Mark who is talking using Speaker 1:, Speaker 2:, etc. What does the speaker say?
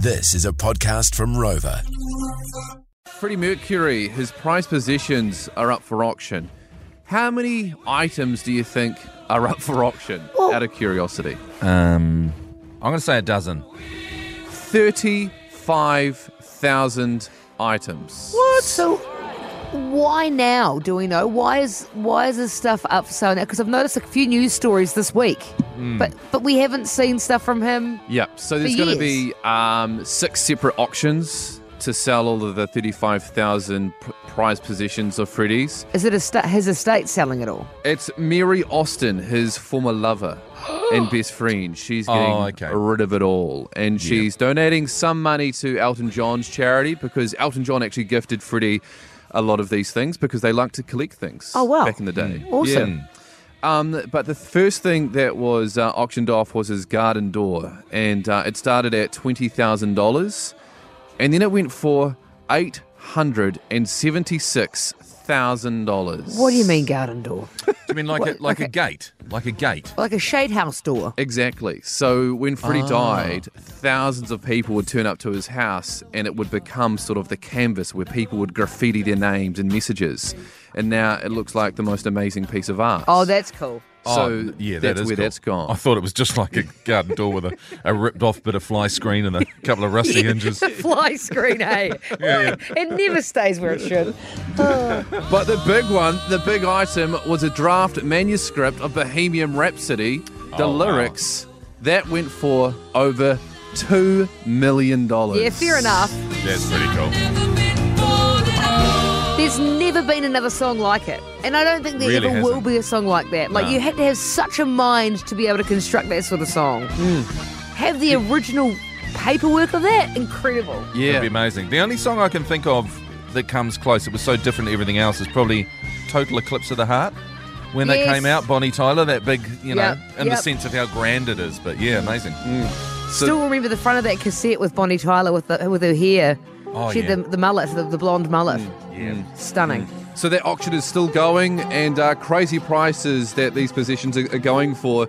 Speaker 1: This is a podcast from Rover.
Speaker 2: Freddie Mercury, his prized possessions are up for auction. How many items do you think are up for auction? out of curiosity,
Speaker 3: Um, I'm going to say a dozen.
Speaker 2: thirty-five thousand items.
Speaker 4: So why now? Do we know why is why is this stuff up for sale now? Because I've noticed a few news stories this week, but but we haven't seen stuff from him.
Speaker 2: Yep. So there's going to be
Speaker 4: years.
Speaker 2: um, six separate auctions to sell all of the thirty-five thousand p- prized possessions of Freddie's.
Speaker 4: Is it a sta- his estate selling it all?
Speaker 2: It's Mary Austin, his former lover and best friend. She's getting
Speaker 3: Oh, okay.
Speaker 2: rid of it all. And she's donating some money to Elton John's charity because Elton John actually gifted Freddie a lot of these things because they like to collect things
Speaker 4: Oh, wow.
Speaker 2: back in the day.
Speaker 4: Awesome.
Speaker 2: Yeah. Um, but the first thing that was uh, auctioned off was his garden door. And uh, it started at $20,000. And then it went for $876,000.
Speaker 4: What do you mean garden door?
Speaker 3: Do you mean like a, like a gate? Like a gate?
Speaker 4: like a shade house door?
Speaker 2: Exactly. So when Freddie
Speaker 4: Ah.
Speaker 2: died, thousands of people would turn up to his house and it would become sort of the canvas where people would graffiti their names and messages. And now it looks like the most amazing piece of art.
Speaker 4: Oh, that's cool.
Speaker 2: so that's
Speaker 3: Oh, is
Speaker 2: where
Speaker 3: cool. Oh,
Speaker 2: that's gone.
Speaker 3: I thought it was just like a garden door with a, a ripped off bit of fly screen and a couple of rusty hinges.
Speaker 4: Fly screen, eh? it never stays where it should.
Speaker 2: But the big one, the big item was a draft manuscript of Bohemian Rhapsody, the
Speaker 3: Oh, wow.
Speaker 2: lyrics. That went for over $2 million.
Speaker 4: Yeah, fair enough.
Speaker 3: That's pretty cool.
Speaker 4: There's never been another song like it. And I don't think there
Speaker 3: Really
Speaker 4: ever will
Speaker 3: hasn't.
Speaker 4: be a song like that. Like,
Speaker 3: No.
Speaker 4: you had to have such a mind to be able to construct that sort of song.
Speaker 3: Hmm.
Speaker 4: Have the original paperwork of that. Incredible.
Speaker 3: It'd be
Speaker 2: Yeah.
Speaker 3: amazing. The only song I can think of that comes close, it was so different to everything else, is probably Total Eclipse of the Heart. When they
Speaker 4: Yes.
Speaker 3: came out, Bonnie Tyler, that big, you know,
Speaker 4: Yep,
Speaker 3: in the
Speaker 4: yep.
Speaker 3: sense of how grand it is. But yeah, amazing.
Speaker 2: Mm.
Speaker 4: Still remember the front of that cassette with Bonnie Tyler with, the, with her hair.
Speaker 3: Oh,
Speaker 4: she had
Speaker 3: yeah. Hmm.
Speaker 4: the, the mullet, the, the blonde mullet.
Speaker 3: Yeah.
Speaker 4: Stunning.
Speaker 2: So that auction is still going, and uh, crazy prices that these positions are, are going for.